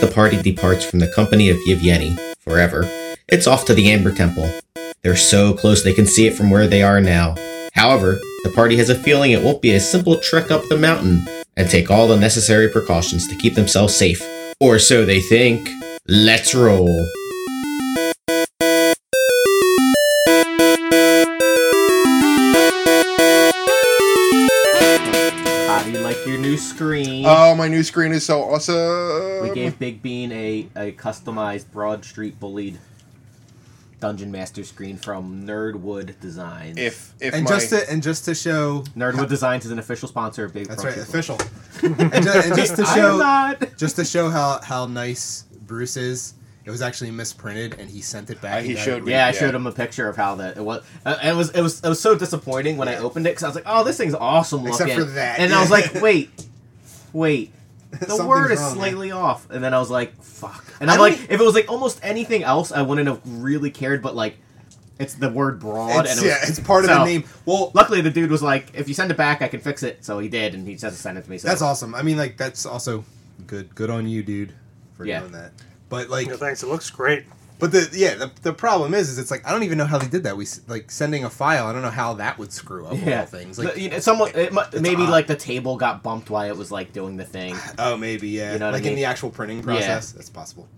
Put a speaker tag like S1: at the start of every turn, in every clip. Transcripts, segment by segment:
S1: the party departs from the company of Yevgeny, forever, it's off to the Amber Temple. They're so close they can see it from where they are now. However, the party has a feeling it won't be a simple trek up the mountain and take all the necessary precautions to keep themselves safe. Or so they think. Let's roll. How do you like your new screen?
S2: Oh, my new screen is so awesome.
S3: Mm-hmm.
S1: we gave Big Bean a, a customized Broad Street Bullied Dungeon Master screen from Nerdwood Designs.
S2: if if
S3: and
S2: my
S3: just to and just to show
S1: Nerdwood Designs is an official sponsor of Big
S3: that's
S1: Broad
S3: right,
S1: Street
S3: official. and, ju- and just to
S1: Bullied.
S3: show
S1: I am not.
S3: just to show how how nice Bruce is. It was actually misprinted, and he sent it back.
S2: Uh, he
S3: and got
S2: showed
S3: it
S2: me.
S3: re-
S1: Yeah, I
S2: Yeah.
S1: showed him a picture of how that it was. Uh, it was it was it was so disappointing when I opened it because I was like, "Oh, this thing's awesome looking."
S3: Except for that.
S1: and I was like, "Wait, wait." The
S3: Something's
S1: word is
S3: wrong,
S1: slightly off, and then I was like, "Fuck!" And
S3: I
S1: I'm like,
S3: don't-
S1: if it was like almost anything else, I wouldn't have really cared. But like, it's the word broad,
S3: It's,
S1: and it was,
S3: yeah, it's part of
S1: so-
S3: the name. Well,
S1: Luckily, the dude was like, "If you send it back, I can fix it." So he did, and he just has to send it to me. So
S3: that's awesome. I mean, like that's also good. Good on you, dude, for
S1: Yeah.
S3: doing that. But like,
S4: No thanks. It looks great.
S3: but the yeah, the, the problem is, is it's like I don't even know how they did that. We s- like sending a file. I don't know how that would screw up
S1: Yeah,
S3: all things. Like,
S1: you know, someone it, mu- maybe
S3: odd.
S1: like the table got bumped while it was like doing the thing.
S3: oh, maybe yeah.
S1: You know what I
S3: like
S1: mean?
S3: in the actual printing process, that's possible.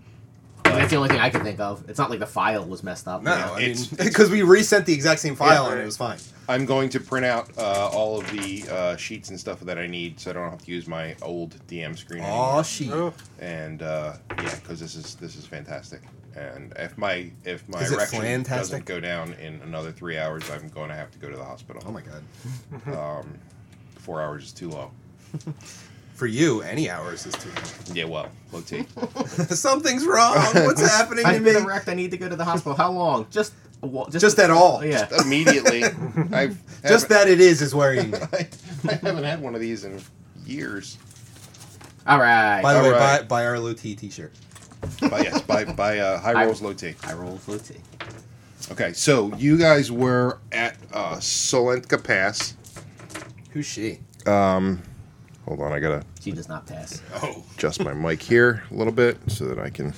S1: I mean, that's the only thing I can think of. It's not like the file was messed up.
S3: No,
S1: you know?
S3: I mean
S2: It's-
S3: because we resent the exact same file
S2: Yeah,
S3: and
S2: right.
S3: it was fine.
S2: I'm going to print out uh, all of the uh, sheets and stuff that I need, so I don't have to use my old DM screen.
S3: Oh
S2: anymore.
S3: shit!
S4: Oh,
S2: and uh, yeah, because this is this is fantastic. And if my if my
S3: Is it
S2: erection doesn't
S3: flantastic?
S2: go down in another three hours, I'm going to have to go to the hospital.
S3: Oh my god!
S2: Um, four hours is too low.
S3: For you, any hours is too.
S2: Yeah, well, low T.
S3: long. Something's wrong. What's happening to
S1: I've been
S3: me?
S1: wrecked. I need to go to the hospital. How long? Just, a wa- just,
S3: Just uh, at all.
S1: Yeah.
S2: Immediately, I've
S3: Just that it is is worrying me.
S2: I, I haven't had one of these in years.
S1: All right.
S3: By the way,
S2: Alright.
S3: buy, buy our low T T-shirt.
S2: By, yes, by by uh, high
S1: I-
S2: rolls, low T.
S1: I roll for tea.
S2: Okay, so you guys were at uh, Solentka Pass.
S3: Who's she?
S2: Hold on, I gotta
S1: She does not pass.
S3: Oh,
S2: adjust my mic here a little bit so that I can.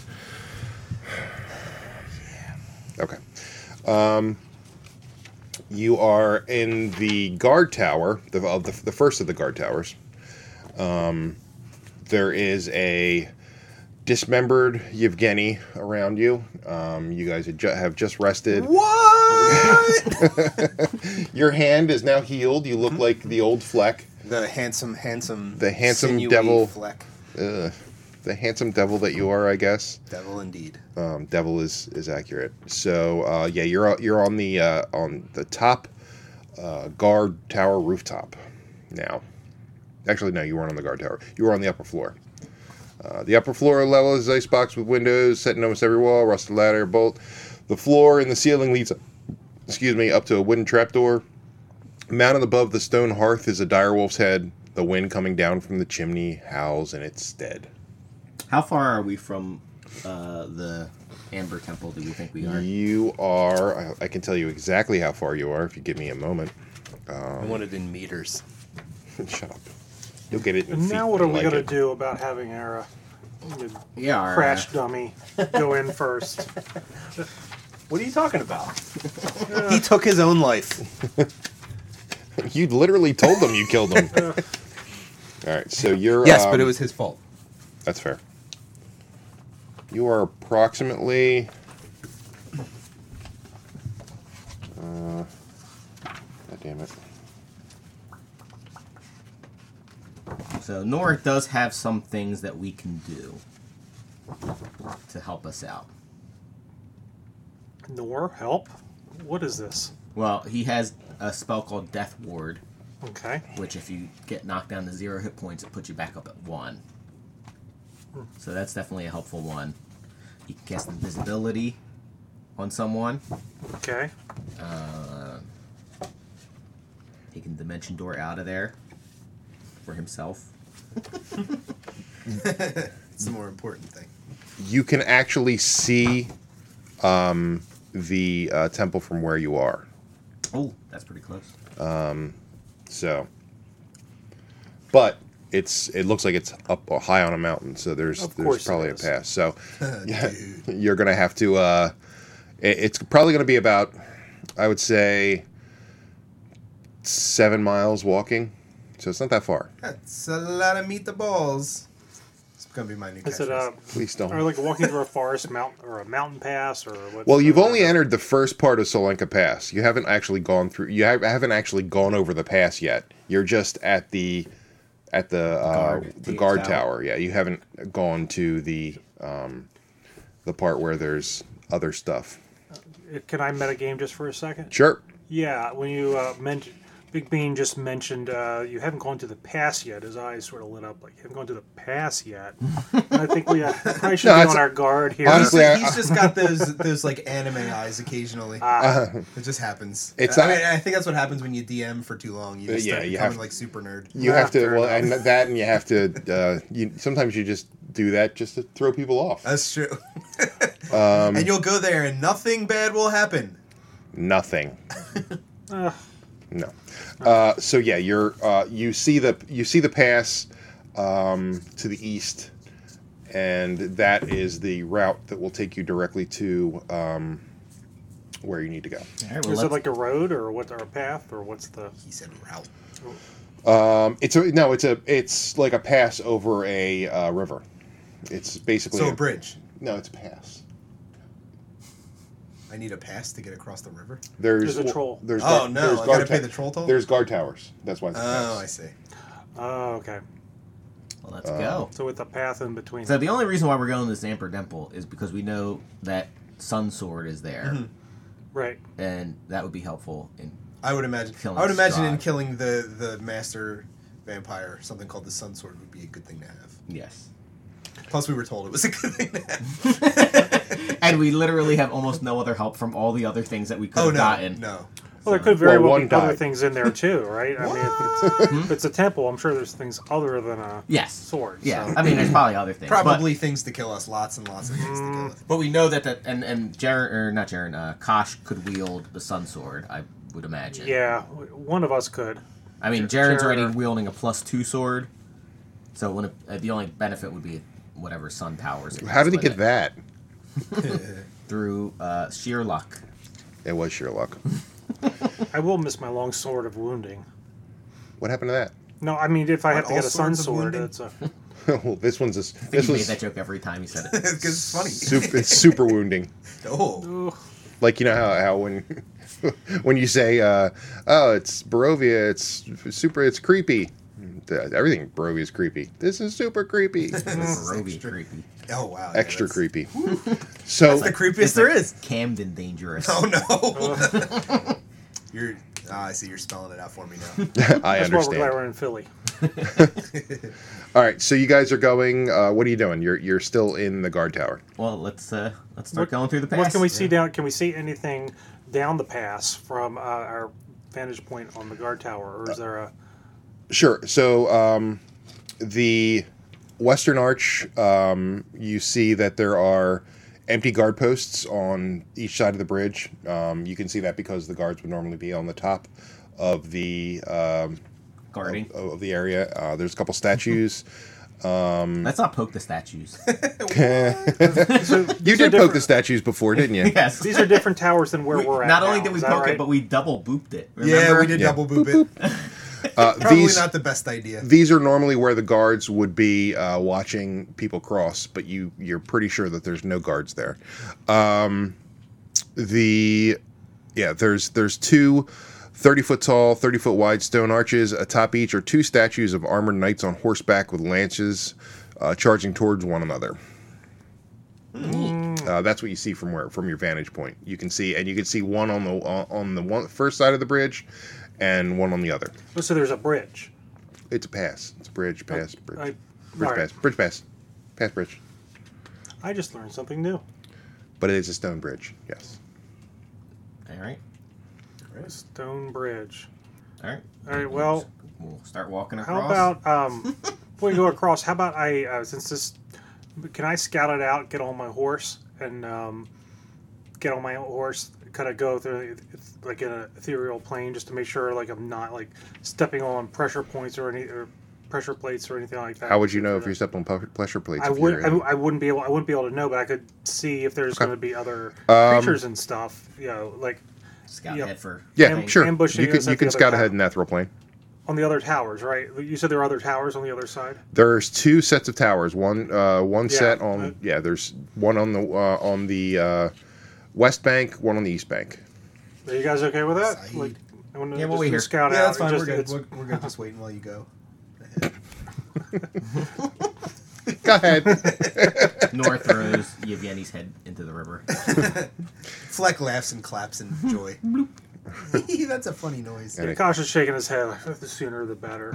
S2: Okay. Um, you are in the guard tower, the, of the, the first of the guard towers. Um, there is a dismembered Yevgeny around you. Um, you guys had ju- have just rested.
S3: what?
S2: Your hand is now healed. You look like the old Fleck.
S3: the handsome, handsome,
S2: The handsome
S3: sinewy
S2: devil.
S3: Fleck.
S2: Ugh. The handsome devil that you are, I guess.
S3: Devil indeed.
S2: um, devil is is accurate. So uh, yeah, you're you're on the uh, on the top uh, guard tower rooftop now. Actually, no, you weren't on the guard tower. You were on the upper floor. Uh, the upper floor level is icebox with windows set in almost every wall, rusted ladder, bolt. The floor and the ceiling leads, excuse me, up to a wooden trapdoor. Mounted above the stone hearth is a direwolf's head. The wind coming down from the chimney howls in its stead.
S1: How far are we from uh, the Amber Temple? Do you think we are?
S2: You are. I, I can tell you exactly how far you are if you give me a moment.
S3: I want it in meters.
S2: Shut up. You'll get it. In
S4: and
S2: feet
S4: now what are
S2: and
S4: we
S2: like
S4: gonna
S2: it.
S4: do about having our uh,
S1: Yeah. all right.
S4: crash dummy go in first?
S5: What are you talking about?
S3: He took his own life.
S2: You literally told them you killed them. All right. So you're.
S3: Yes,
S2: um,
S3: but it was his fault.
S2: That's fair. You are approximately. Uh, God damn it.
S1: So Nora does have some things that we can do to help us out.
S4: Nor help. What is this?
S1: Well, he has a spell called Death Ward,
S4: Okay.
S1: which if you get knocked down to zero hit points, it puts you back up at one. So that's definitely a helpful one. You can cast invisibility on someone.
S4: Okay.
S1: Taking dimension door out of there for himself.
S3: It's the more important thing.
S2: You can actually see um, the uh, temple from where you are.
S1: Oh, that's pretty close.
S2: So, but it's it looks like it's up high on a mountain, so there's
S4: Of
S2: there's
S4: course it
S2: probably a
S4: is.
S2: pass. So yeah, you're gonna have to. Uh, it- it's probably gonna be about, I would say, seven miles walking. So it's not that far.
S3: That's a lot of meatballs. It's gonna be my new
S4: Is it
S3: catchphrase.
S4: uh,
S2: Please
S4: are we,
S2: don't.
S4: like walking through a forest mountain or a mountain pass or what? Uh,
S2: Well, you've only entered the first part of Solenka Pass. You haven't actually gone through. You have, haven't actually gone over the pass yet. You're just at the at the uh,
S3: Guard.
S2: the
S3: The
S2: guard
S3: tower.
S2: tower. Yeah, you haven't gone to the um, the part where there's other stuff.
S4: Can I metagame just for a second?
S2: Sure.
S4: Yeah, when you uh, mentioned Big Bean just mentioned uh, you haven't gone to the pass yet. His eyes sort of lit up like you haven't gone to the pass yet. And I think we uh, probably should
S2: No,
S4: be
S2: it's-
S4: on our guard here.
S2: honestly, I-
S3: he's just got those those like anime eyes occasionally.
S1: Ah.
S3: it just happens.
S2: Uh-huh. It's
S3: I,
S2: not-
S3: mean, I think that's what happens when you DM for too long. You just
S2: Yeah,
S3: start
S2: you
S3: becoming
S2: have-
S3: like super nerd.
S2: You
S4: Ah,
S2: have to
S4: fair
S2: well, and that, and you have to. Uh, you sometimes you just do that just to throw people off.
S3: That's true.
S2: Um,
S3: and you'll go there and nothing bad will happen.
S2: Nothing.
S4: Uh,
S2: No. Uh, so yeah, you're uh, you see the you see the pass um, to the east, and that is the route that will take you directly to um, where you need to go.
S1: All right, well,
S4: is it
S1: let's,
S4: like a road or what or a path or what's the?
S3: He said route.
S2: Um, it's a no, it's a it's like a pass over a uh, river. It's basically
S3: So a bridge.
S2: No, it's a pass.
S3: I need a pass to get across the river.
S2: There's,
S4: There's a troll.
S2: There's
S3: Oh,
S2: guard-
S3: no,
S2: there's
S3: I
S2: guard
S3: gotta pay
S2: ta-
S3: the troll toll?
S2: There's guard towers. That's why. It's a
S3: Oh,
S2: pass.
S3: I see.
S4: Oh, okay.
S1: well, let's go.
S4: So with the path in between.
S1: So the only reason why we're going to this Amper Temple is because we know that Sun Sword is there,
S3: Mm-hmm.
S4: Right.
S1: and that would be helpful. In
S3: I would imagine.
S1: Killing
S3: I would imagine in
S1: Strahd.
S3: killing the the master vampire, something called the sun sword would be a good thing to have.
S1: yes,
S3: Plus, we were told it was a good thing to have.
S1: and we literally have almost no other help from all the other things that we could
S3: Oh
S1: have
S3: no,
S1: gotten.
S3: no.
S4: Well, there could very
S2: Well,
S4: well,
S2: one
S4: be other
S2: died.
S4: things in there too, right? I mean,
S1: Ah.
S4: if it's, if it's a temple, I'm sure there's things other than a
S1: Yes.
S4: sword.
S1: Yeah.
S4: so-
S1: I mean, there's probably other things. but-
S3: Probably things to kill us. Lots and lots of things to kill us.
S1: But we know that that and and Jaren or not Jaren, uh, Kosh could wield the Sun Sword. I would imagine.
S4: yeah. w- One of us could.
S1: I mean, Jaren's
S4: Jaren or-
S1: already wielding a plus two sword, so when it, uh, the only benefit would be whatever Sun powers. It
S2: How did he
S1: has
S2: get
S1: with it.
S2: that?
S1: Through uh, sheer luck.
S2: It was Sherlock.
S4: I will miss my long sword of wounding.
S2: What happened to that?
S4: No, I mean, if I
S3: Aren't
S4: have to get
S3: all
S4: a sun
S3: swords of
S4: sword,
S3: wounding?
S4: it's a.
S2: well, this one's a, s-
S1: I think
S2: this
S1: you made
S2: was
S1: that joke every time you said it.
S3: Because it's funny.
S2: Mm. super, it's super wounding.
S3: Oh,
S2: Like you know how, how when when you say uh, oh it's Barovia it's super it's creepy. Th- Everything Barovia is creepy. This is super creepy,
S1: This is
S3: extra-
S1: Roby creepy.
S3: oh wow. yeah,
S2: extra
S3: that's-
S2: creepy. So
S3: The creepiest there is.
S1: Camden dangerous.
S3: Oh no. You're. ah, I see. You're spelling it out for me now.
S2: I
S4: That's why we're glad
S2: understand.
S4: we're in Philly.
S2: All right, so you guys are going. Uh, what are you doing? You're you're still in the guard tower.
S1: Well, let's uh, let's start going through the pass.
S4: What can we see down? Can we see anything down the pass from uh, our vantage point on the guard tower, or is there a?
S2: Sure. So um, the Western Arch, um, you see that there are empty guard posts on each side of the bridge. Um, you can see that because the guards would normally be on the top of the um,
S1: Guarding.
S2: of of the area. Uh, there's a couple statues.
S1: Let's not poke the statues.
S2: you did poke the statues before, didn't you?
S1: yes.
S4: These are different towers than where
S1: We-
S4: we're at.
S1: not only
S4: now,
S1: did we
S4: is that
S1: poke
S4: right?
S1: it, but we double booped it.
S3: Yeah,
S1: remember?
S3: we did
S2: Yeah.
S3: double boop it.
S2: Uh,
S3: Probably
S2: these
S3: not the best idea.
S2: these are normally where the guards would be uh, watching people cross, but you you're pretty sure that there's no guards there. Um, the yeah, there's there's two 30 foot tall, 30 foot wide stone arches. Atop each are two statues of armored knights on horseback with lances uh, charging towards one another. Uh, that's what you see from where from your vantage point. You can see, and you can see one on the on the one first side of the bridge, and one on the other.
S4: Oh, so there's a bridge.
S2: It's a pass. It's a bridge, pass, bridge.
S4: I,
S2: Bridge
S4: all right.
S2: pass. Bridge pass. Pass bridge.
S4: I just learned something new.
S2: But it is a stone bridge. Yes.
S1: All right.
S4: Stone bridge.
S1: All right.
S4: All right. Well,
S1: We'll start walking across.
S4: how about um, before we go across? How about I uh, since this can I scout it out, get on my horse, and um, get on my horse, kind of go through like an ethereal plane, just to make sure like I'm not like stepping on pressure points or any or pressure plates or anything like that.
S2: How would you know if you stepped on pu- pressure plates?
S4: I
S2: if you
S4: would.
S2: were
S4: I,
S2: in?
S4: w- I wouldn't be able. I wouldn't be able to know, but I could see if there's going to be other
S2: Um,
S4: creatures and stuff. You know, like
S1: Scout
S4: Yep.
S1: head for.
S2: yeah,
S4: am-
S2: sure.
S4: ambushing
S2: You
S4: us
S2: can
S4: at
S2: you
S4: the
S2: can
S4: other
S2: scout
S4: tower.
S2: ahead in Ethereal plane.
S4: on the other towers, right? You said there are other towers on the other side.
S2: There's two sets of towers. One uh, one
S4: Yeah,
S2: set on
S4: uh,
S2: yeah. There's one on the uh, on the uh, west bank, one on the east bank.
S4: Are you guys okay with that?
S3: Saeed.
S4: Like, I want to
S1: Yeah,
S4: just
S1: we'll be
S4: do
S1: here.
S4: scout
S3: yeah,
S4: out.
S3: that's
S4: and
S3: fine.
S4: just-
S3: we're good.
S4: it's-
S3: We're, we're good. Just waiting while you go.
S2: Go ahead.
S1: Nora throws Yevgeny's head into the river.
S3: Fleck laughs and claps in joy. that's a funny noise.
S2: Yeah.
S4: Akash is shaking his head. like, The sooner, the better.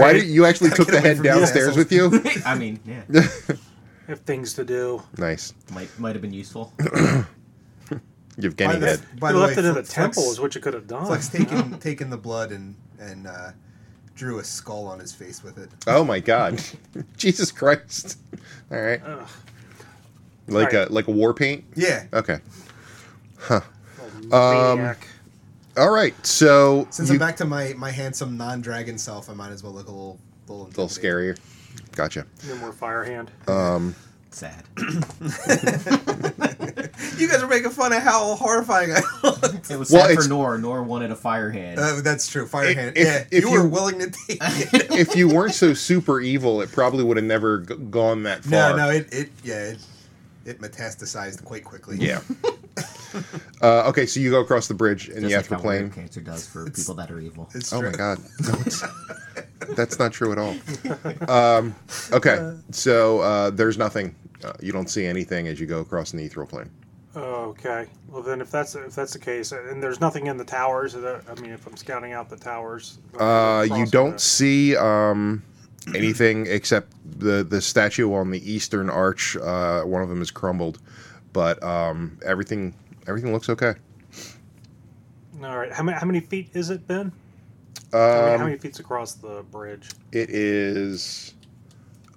S2: Why did you actually took
S3: Get
S2: the
S3: away
S2: head
S3: from these
S2: downstairs
S3: assholes.
S2: with you?
S1: I mean, yeah,
S4: I have things to do.
S2: Nice.
S1: might might have been useful.
S3: By
S2: Yevgeny
S3: the,
S2: head.
S3: by
S4: you
S3: the
S4: left
S3: way,
S4: it in the
S3: Flex-
S4: temple is what you could have done.
S3: Flex taken taken the blood and and uh, drew a skull on his face with it.
S2: Oh my God. Jesus Christ. All right.
S4: Ugh,
S2: Like
S4: Right.
S2: a like a war paint.
S3: Yeah.
S2: Okay.
S4: old
S2: Um,
S4: maniac.
S2: All right. So
S3: Since
S2: you-
S3: I'm back to my my handsome non dragon self, I might as well look a little little,
S2: a little scarier. Gotcha.
S4: No more fire hand.
S1: Sad.
S3: You guys are making fun of how horrifying I looked.
S1: It was
S2: Well,
S1: sad
S2: it's-
S1: for Nora. Nora wanted a fire hand.
S3: Uh, that's true. Fire
S2: If-
S3: hand.
S2: if-
S3: yeah,
S2: if
S3: you
S2: you-
S3: were willing to take it.
S2: if you weren't so super evil, it probably would have never g- gone that far.
S3: no, no, it, it yeah, it, it metastasized quite quickly.
S2: Yeah. uh, okay, so you go across the bridge and
S1: Just
S2: you
S1: like
S2: have to
S1: how rare
S2: plane.
S1: cancer does for
S3: It's-
S1: people that are evil.
S3: It's
S2: Oh
S3: true.
S2: my god, no, it's, that's not true at all. Um, okay, so uh, there's nothing. Uh, you don't see anything as you go across an ethereal plane.
S4: Okay. Well, then, if that's if that's the case, uh, and there's nothing in the towers, that, I mean, if I'm scouting out the towers,
S2: Uh, you
S4: across
S2: don't
S4: the-
S2: see um, anything except the the statue on the eastern arch. Uh, one of them is crumbled, but um, everything everything looks okay.
S4: All right. How many how many feet is it, Ben? how, many, how
S2: Um,
S4: many feet's across the bridge?
S2: it is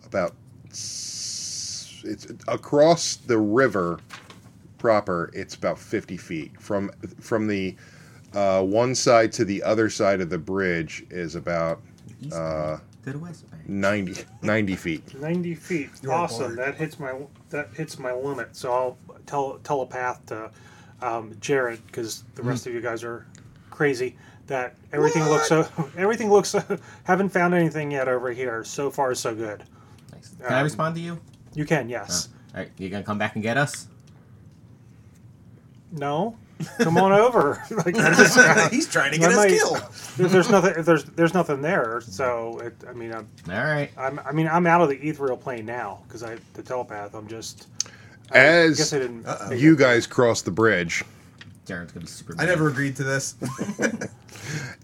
S2: about s- it's across the river proper. It's about fifty feet from from the uh, one side to the other side of the bridge is about
S1: East
S2: uh,
S1: Bank to the West Bank.
S2: 90, 90 feet.
S4: Ninety feet.
S3: You're
S4: awesome.
S3: bored.
S4: That hits my that hits my limit. So I'll tell telepath to um, Jared because the
S3: Hmm.
S4: rest of you guys are crazy. That everything looks so everything looks so, haven't found anything yet over here. So far, so good.
S1: Nice. Can I
S4: um,
S1: respond to you?
S4: You can yes.
S1: All right, you gonna come back and get us?
S4: No. Come on over. like, I just-
S3: He's trying to
S4: I
S3: get us
S4: might-
S3: killed.
S4: There- there's nothing. if There's there's nothing there. So it, I mean, I'm,
S1: All right.
S4: I'm I mean I'm out of the ethereal plane now because I the telepath. I'm just I guess
S2: As
S4: I didn't.
S3: Uh-oh.
S4: think
S2: you
S4: of-
S2: guys cross the bridge,
S1: Jared's gonna be super.
S3: I
S1: mad.
S3: never agreed to this.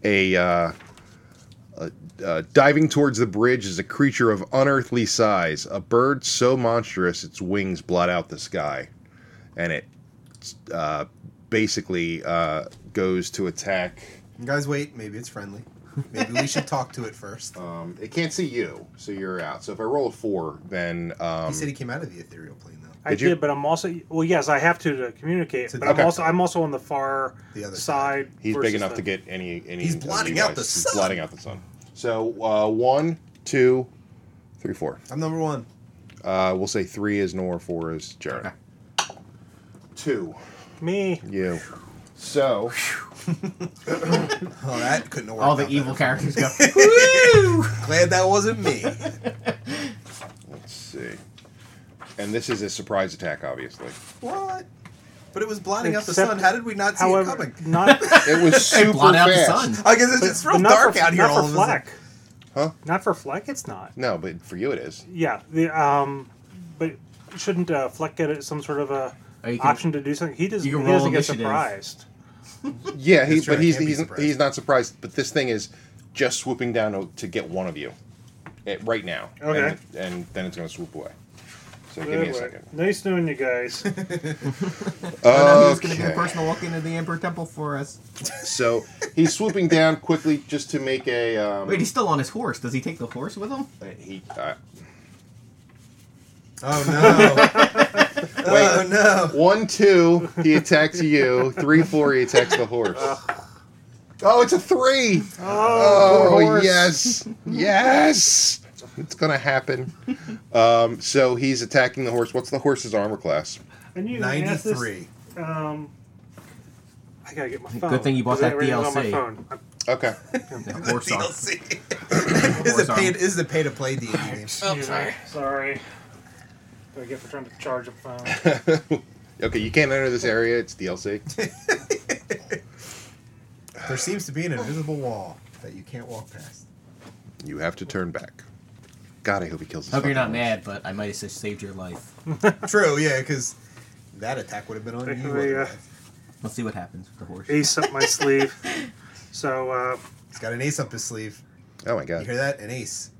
S2: a, uh, a uh, diving towards the bridge is a creature of unearthly size, a bird so monstrous its wings blot out the sky, and it uh, basically uh, goes to attack.
S3: You guys, wait. Maybe it's friendly. Maybe we should talk to it first.
S2: Um, it can't see you, so you're out. So if I roll a four, then um,
S3: he said he came out of the ethereal plane though.
S4: I
S2: Did
S4: did,
S2: you-
S4: but I'm also well. Yes, I have to to communicate.
S3: To
S4: but
S3: the-
S4: I'm
S2: Okay.
S4: also I'm also on the far
S3: The other
S4: side.
S2: he's
S4: versus
S2: big enough
S4: the-
S2: to get any. any
S3: He's
S2: of
S3: blotting
S2: you
S3: out
S2: guys.
S3: the
S2: He's
S3: sun.
S2: blotting out the sun. So uh, one, two, three, four.
S3: I'm number one.
S2: Uh, we'll say three is Nor, four is Jared.
S1: Okay.
S2: Two.
S4: me.
S2: You. So,
S3: Oh, that couldn't have worked.
S1: All the
S3: out
S1: evil characters go.
S3: better. Glad that wasn't me.
S2: let's see. And this is a surprise attack, obviously.
S3: what? But it was blotting out the
S4: Except-
S3: sun. How did we not see it
S4: However,
S3: coming?
S4: not
S2: It was super
S1: Blot out the
S2: fast.
S1: sun.
S3: I guess it's just
S4: but
S3: real
S4: not
S3: dark
S4: for,
S3: out here
S4: Not
S3: all
S4: for
S3: of a sudden.
S4: Fleck.
S2: Huh?
S4: Not for Fleck. It's not.
S2: No, but for you it is.
S4: Yeah. The um, but shouldn't uh, Fleck get it some sort of a
S1: Oh, you can-
S4: option to do something? He doesn't.
S1: you can
S4: he doesn't
S1: roll
S4: get
S1: initiative.
S4: surprised.
S2: Yeah, he,
S3: That's true,
S2: but
S3: I
S2: he's
S3: can't be
S2: he's,
S3: surprised.
S2: he's not surprised. But this thing is just swooping down to, to get one of you eh, right now.
S4: Okay.
S2: And, and then it's going to swoop away. So give me a second.
S4: Nice knowing you guys.
S1: Oh, no, he was gonna be the
S2: Okay.
S1: person to walk into the Emperor Temple for us.
S2: So he's swooping down quickly just to make a. Um,
S1: Wait, he's still on his horse. Does he take the horse with him?
S2: he, uh,
S3: Oh no!
S2: wait,
S3: oh no!
S2: One, two, he attacks you. Three, four, he attacks the horse. Oh, it's a three! Oh, poor Oh yes, yes, it's gonna happen. Um, so he's attacking the horse. What's the horse's armor class?
S4: And you asked this-
S3: 93.
S4: Um, I gotta get my phone.
S1: thing you bought
S4: 'cause
S1: that
S4: everything's on my
S1: DLC.
S4: phone. I'm-
S2: Okay,
S1: The horse arm.
S3: This is
S1: Horse
S3: a
S1: arm.
S3: paid this is a pay to play D game.
S4: excuse me, Sorry. What do I get for trying to charge a phone.
S2: okay, you can't enter this area. It's DLC.
S3: There seems to be
S4: oh.
S3: an invisible wall that you can't walk past.
S2: You have to turn back. God, I hope he kills. This
S1: Hope you're not
S2: fucking
S1: mad, but I might have just saved your life.
S3: True, yeah, because that attack would have been on you.
S4: Technically, uh,
S3: otherwise.
S1: Let's see what happens with the horse.
S4: Ace up my sleeve. So uh,
S3: He's got an ace up his sleeve.
S2: horse. Oh my
S3: You hear
S2: god.
S3: that? An ace.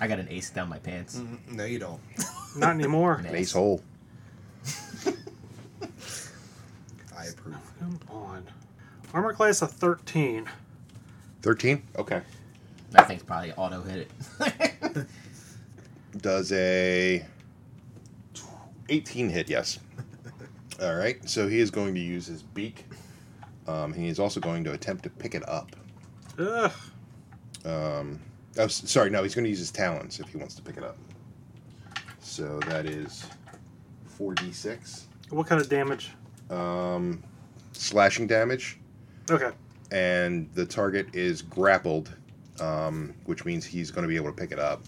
S1: I got an ace down my pants.
S3: No, you don't.
S4: not anymore.
S2: An ace hole.
S3: I approve.
S4: Come on. Armor class of thirteen.
S2: Thirteen. Okay.
S1: That thing's probably auto hit it.
S2: Does a eighteen hit? Yes. All right. So he is going to use his beak. Um, he is also going to attempt to pick it up.
S4: Ugh.
S2: Um, oh, s- sorry, no, he's going to use his talons if he wants to pick it up. So that is 4d6
S4: What kind of damage?
S2: um, slashing damage,
S4: Okay.
S2: and the target is grappled, um, which means he's going to be able to pick it up.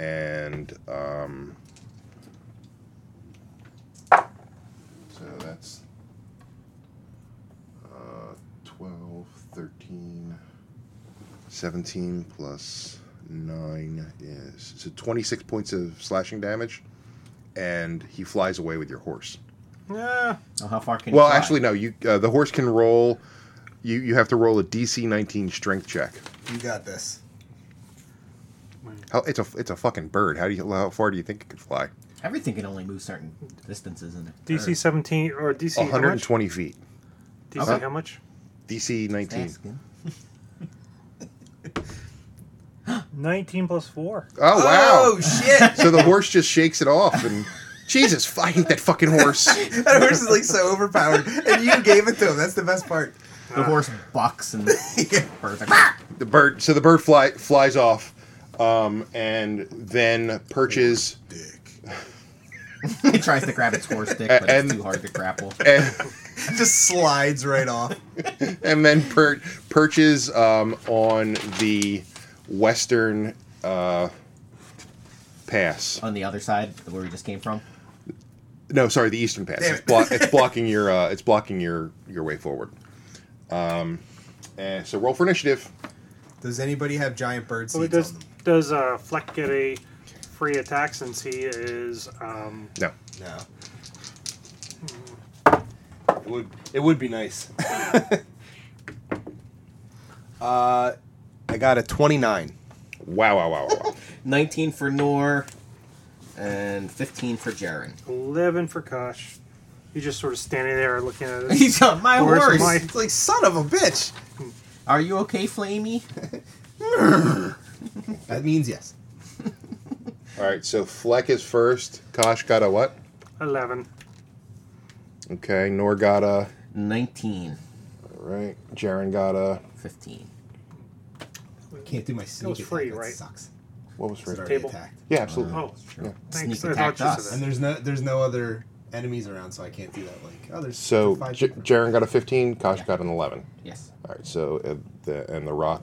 S2: And um, so that's uh, 12, 13, 17 plus 9 is so 26 points of slashing damage, and he flies away with your horse.
S4: Yeah.
S1: oh, how far can? you
S2: Well,
S1: fly?
S2: actually, no. You uh, the horse can roll. You you have to roll a DC 19 strength check.
S3: You got this.
S2: How it's a it's a fucking bird. How do you how far do you think it could fly?
S1: everything can only move certain distances in it.
S4: DC seventeen or DC how much?
S2: 120 feet.
S4: DC
S2: Okay.
S4: how much?
S2: DC 19.
S4: Nineteen plus four.
S2: Oh wow!
S3: Oh shit!
S2: So the horse just shakes it off and Jesus, fu- I hate that fucking horse.
S3: that horse is like so overpowered, and you gave it to him. That's the best part.
S2: Ah.
S1: The horse bucks and
S3: Yeah.
S1: birds like, "Ah!"
S2: The bird. So the bird fly flies off, um, and then perches
S3: Dick.
S1: it tries to grab its horse dick, but
S2: And-
S1: it's too hard to grapple.
S2: and,
S3: Just slides right off.
S2: and then per- perches um, on the western uh, pass.
S1: On the other side, where we just came from,
S2: No, sorry, the Eastern Pass.
S3: Damn
S2: It's,
S3: it.
S2: blo- it's blocking your uh, it's blocking your your way forward. Um, and so roll for initiative.
S3: Does anybody have giant bird
S4: Well,
S3: seeds
S4: does
S3: on them?
S4: does uh, Fleck get a free attack since he is um,
S2: No,
S3: No.
S5: It would, it would be nice. uh, I got a 29.
S2: wow, wow, wow, wow, wow.
S1: 19 for Nor, and 15 for Jaren.
S4: eleven for Kosh? He's just sort of standing there looking at us.
S1: He's on my
S4: Horse
S1: horse.
S4: might-
S3: It's like son of a bitch.
S1: Are you okay, Flamey?
S3: That means yes.
S2: All right, so Fleck is first. Kosh got a what?
S4: Eleven.
S2: Okay, Nor got a.
S1: 19,
S2: All right, Jaren got a.
S1: 15.
S3: I can't do my sneak
S4: was
S3: attack.
S4: free,
S3: that
S4: right?
S3: sucks.
S2: What was
S3: It's
S2: her?
S3: already
S4: Table.
S3: attacked.
S2: Yeah, absolutely.
S4: Oh,
S1: Sure.
S4: Thanks,
S1: Sneak
S4: I thought
S1: attacked
S4: you
S1: us.
S4: said
S3: And there's no there's no other enemies around, so I can't do that. Like oh, there's
S2: So
S3: five
S2: J-
S3: people.
S2: Jaren got a 15. Kosh
S1: Yeah.
S2: got an 11.
S1: Yes.
S2: All right, so uh, the and the Rock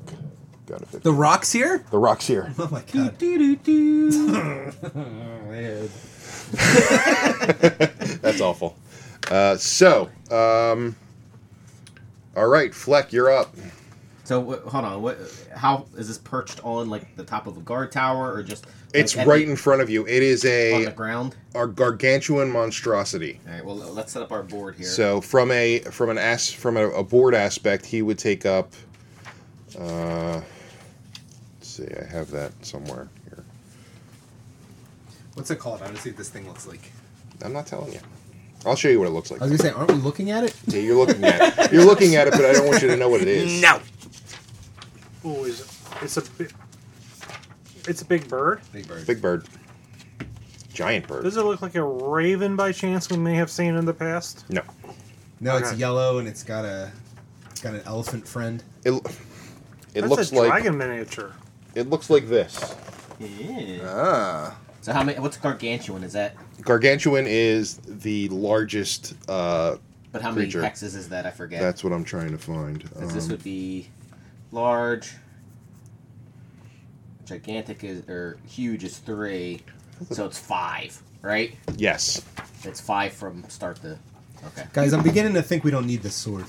S2: got a 15.
S3: the rocks here.
S2: the Rock's here.
S3: Oh my god. Oh,
S2: That's awful. Uh, so, um, all right, Fleck, you're up.
S1: So wh- hold on. What? How is this perched on like the top of a guard tower or just? like,
S2: It's
S1: at
S2: right
S1: the-
S2: in front of you. It is
S1: on the
S2: a,
S1: ground.
S2: a gargantuan monstrosity.
S1: All right. Well, let's set up our board here.
S2: So, from a from an as from a, a board aspect, he would take up. Uh, let's see, I have that somewhere here.
S3: What's it called? I want to see what this thing looks like.
S2: I'm not telling you. I'll show you what it looks like.
S3: I was gonna say, aren't we looking at it?
S2: Yeah, you're looking at it. you're looking at it, but I don't want you to know what it is.
S3: No.
S4: Oh, is it's a bi- it's a big bird.
S3: Big bird.
S2: Big bird, giant bird.
S4: Does it look like a raven by chance we may have seen in the past?
S2: No,
S3: No, it's
S4: Okay.
S3: yellow and it's got a got an elephant friend.
S2: It, l- it
S4: That's
S2: looks
S4: a
S2: like
S4: dragon miniature.
S2: it looks like this.
S1: Yeah.
S5: Ah.
S1: So how many? What's gargantuan? Is that?
S2: Gargantuan is the largest. Uh,
S1: But how many
S2: Creature.
S1: hexes is that? I forget.
S2: That's what I'm trying to find.
S1: 'Cause this
S2: Um,
S1: would be large. Gigantic is or huge is three, so it's five, right?
S2: yes.
S1: It's five from start to. Okay.
S3: Guys, I'm beginning to think we don't need this sword.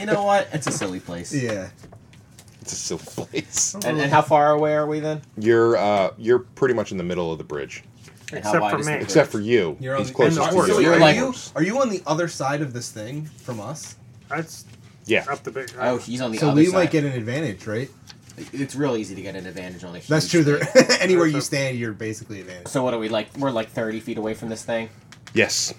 S1: You know what? It's a silly place.
S3: Yeah.
S2: It's a silly place.
S1: And, and how far away are we then?
S2: You're uh, you're pretty much in the middle of the bridge,
S1: And
S4: Except
S1: how
S4: for
S1: wide is
S4: me.
S1: the-
S2: except for you.
S3: You're on
S2: He's
S3: the,
S2: closest
S3: and
S2: to
S3: are-
S4: horse.
S3: so
S2: you.
S1: You're
S3: are,
S1: like-
S3: you, are you on the other side of this thing from us?
S4: That's
S2: yeah.
S4: up the big.
S1: Oh, he's on the
S3: so
S1: other
S3: we
S1: side.
S3: might get an advantage, right?
S1: It's real easy to get an advantage on a. Huge
S3: That's true. There,
S1: thing.
S3: anywhere you stand, you're basically advantaged.
S1: So what are we like? We're like thirty feet away from this thing.
S2: Yes.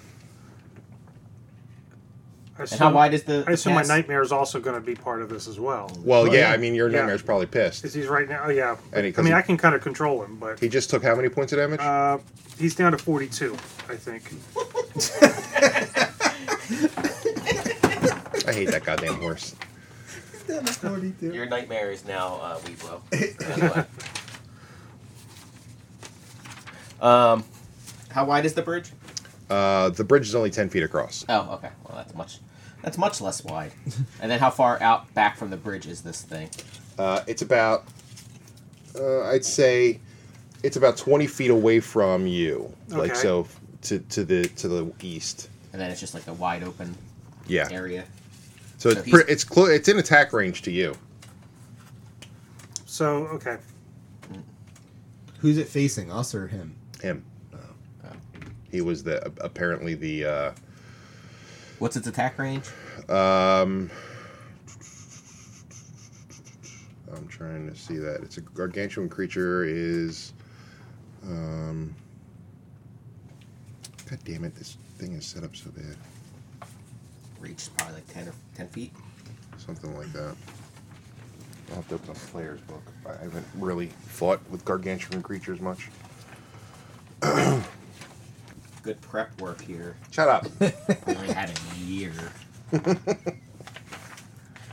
S4: I
S1: And
S4: assume,
S1: how wide is the?
S4: I
S1: the
S4: assume my
S1: cast?
S4: nightmare is also going to be part of this as well.
S2: Well,
S1: Oh,
S2: yeah,
S1: yeah.
S2: I mean, your
S4: Yeah.
S2: nightmare's probably pissed.
S4: Is he's right now? Oh yeah.
S2: And he-
S4: I mean, I can kind of control him, but
S2: He just took how many points of damage?
S4: uh, he's down to forty-two, I think.
S2: I hate that goddamn horse.
S3: That's 42.
S1: Your nightmare is now uh, Weeblo. Anyway. um, how wide is the bridge?
S2: Uh, the bridge is only ten feet across.
S1: Oh, okay. Well, that's much. That's much less wide. And then how far out back from the bridge is this thing?
S2: Uh, it's about, uh, I'd say, it's about twenty feet away from you. Like
S4: Okay.
S2: so, f- to to the to the east.
S1: And then it's just like a wide open
S2: Yeah.
S1: area.
S2: So
S1: So
S2: it's
S1: he's-
S2: pre- it's clo- it's in attack range to you.
S4: So okay,
S3: Who's it facing, us or him?
S2: Him.
S1: Oh.
S2: He was the apparently the
S1: What's its attack range?
S2: uh, um. I'm trying to see that it's a gargantuan creature is, um. God damn it! This thing is set up so bad.
S1: Reach is probably like ten or ten feet.
S2: something like that. I'll have to open up Flair's book. I haven't really fought with gargantuan creatures much.
S1: Good prep work here.
S2: Shut up.
S1: We only had a year.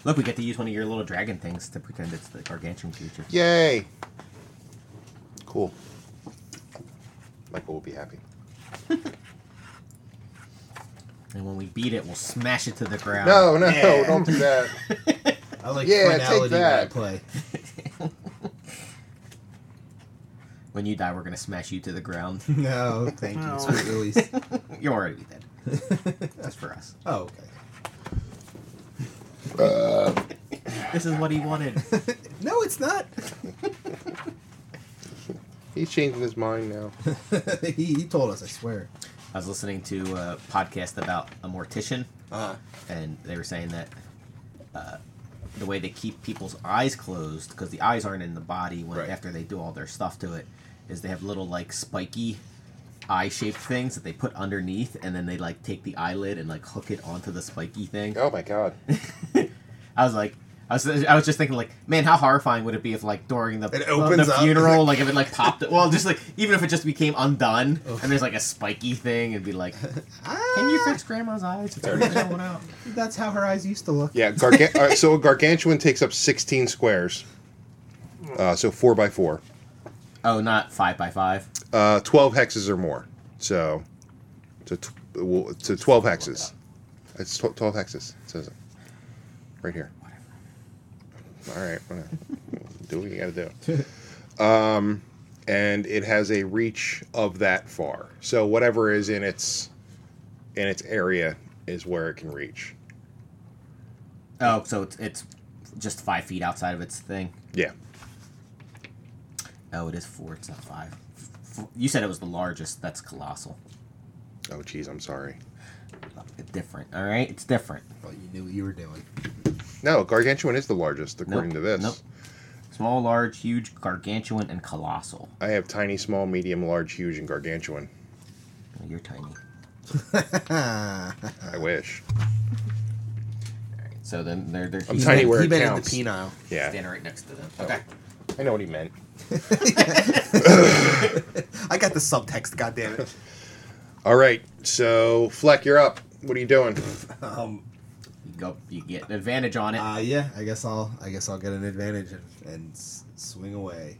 S1: Look, we get to use one of your little dragon things to pretend it's the gargantuan creature.
S2: Yay! Cool. Michael will be happy.
S1: And when we beat it, we'll smash it to the ground.
S2: No, no, don't do that.
S3: I like
S2: Yeah,
S3: finality
S2: take
S3: when I
S2: that.
S3: play.
S1: When you die, we're gonna smash you to the ground.
S3: No, thank
S4: No.
S3: you. Sweet release.
S1: You're already dead. That's for us.
S3: Oh, okay.
S1: This is what he wanted.
S3: No, it's not.
S2: He's changing his mind now.
S3: he, he told us, I swear.
S1: I was listening to a podcast about a mortician,
S3: Uh,
S2: Uh-huh.
S1: and they were saying that uh, the way they keep people's eyes closed, because the eyes aren't in the body when
S2: Right.
S1: after they do all their stuff to it, is they have little like spiky eye-shaped things that they put underneath, and then they like take the eyelid and like hook it onto the spiky thing.
S2: Oh my god.
S1: I was like, I was, I was just thinking like, man, how horrifying would it be if like during the,
S3: It opens
S1: the
S3: up.
S1: funeral, like if it like popped, well, just like even if it just became undone and there's like a spiky thing, it'd be like, can you fix grandma's eyes? It's already going out.
S3: that's how her eyes used to look.
S2: Yeah, garga- uh, so a gargantuan takes up 16 squares. Uh, so 4 by 4
S1: Oh, not five by five.
S2: Uh, 12 hexes or more. So, to, tw- well, to 12 hexes. It's tw- 12 hexes. It says it. Right here. All right. Whatever. do what you got to do. Um, and it has a reach of that far. So whatever is in its in its area is where it can reach.
S1: Oh, so it's it's just five feet outside of its thing.
S2: Yeah.
S1: Oh, it is four. It's not five. F- You said it was the largest. That's colossal.
S2: Oh, geez. I'm sorry.
S1: Different. All right, it's different.
S3: But you knew what you were doing.
S2: No, gargantuan is the largest according
S1: Nope,
S2: to this.
S1: nope. Small, large, huge, gargantuan, and colossal.
S2: I have tiny, small, medium, large, huge, and gargantuan.
S1: Oh, You're tiny.
S3: Ah,
S1: Ah.
S2: I wish.
S1: So then they're they're
S2: I'm
S1: huge.
S2: tiny
S3: He
S2: where it
S3: been in
S2: counts.
S3: the penile.
S2: Yeah.
S1: Stand right next to them. Okay.
S2: I know what he meant.
S3: I got the subtext, goddammit.
S2: All right, so Fleck, you're up. What are you doing?
S3: Um,
S1: go. You get an advantage on it.
S3: Uh, yeah, I guess I'll I guess I'll get an advantage and, and s- swing away.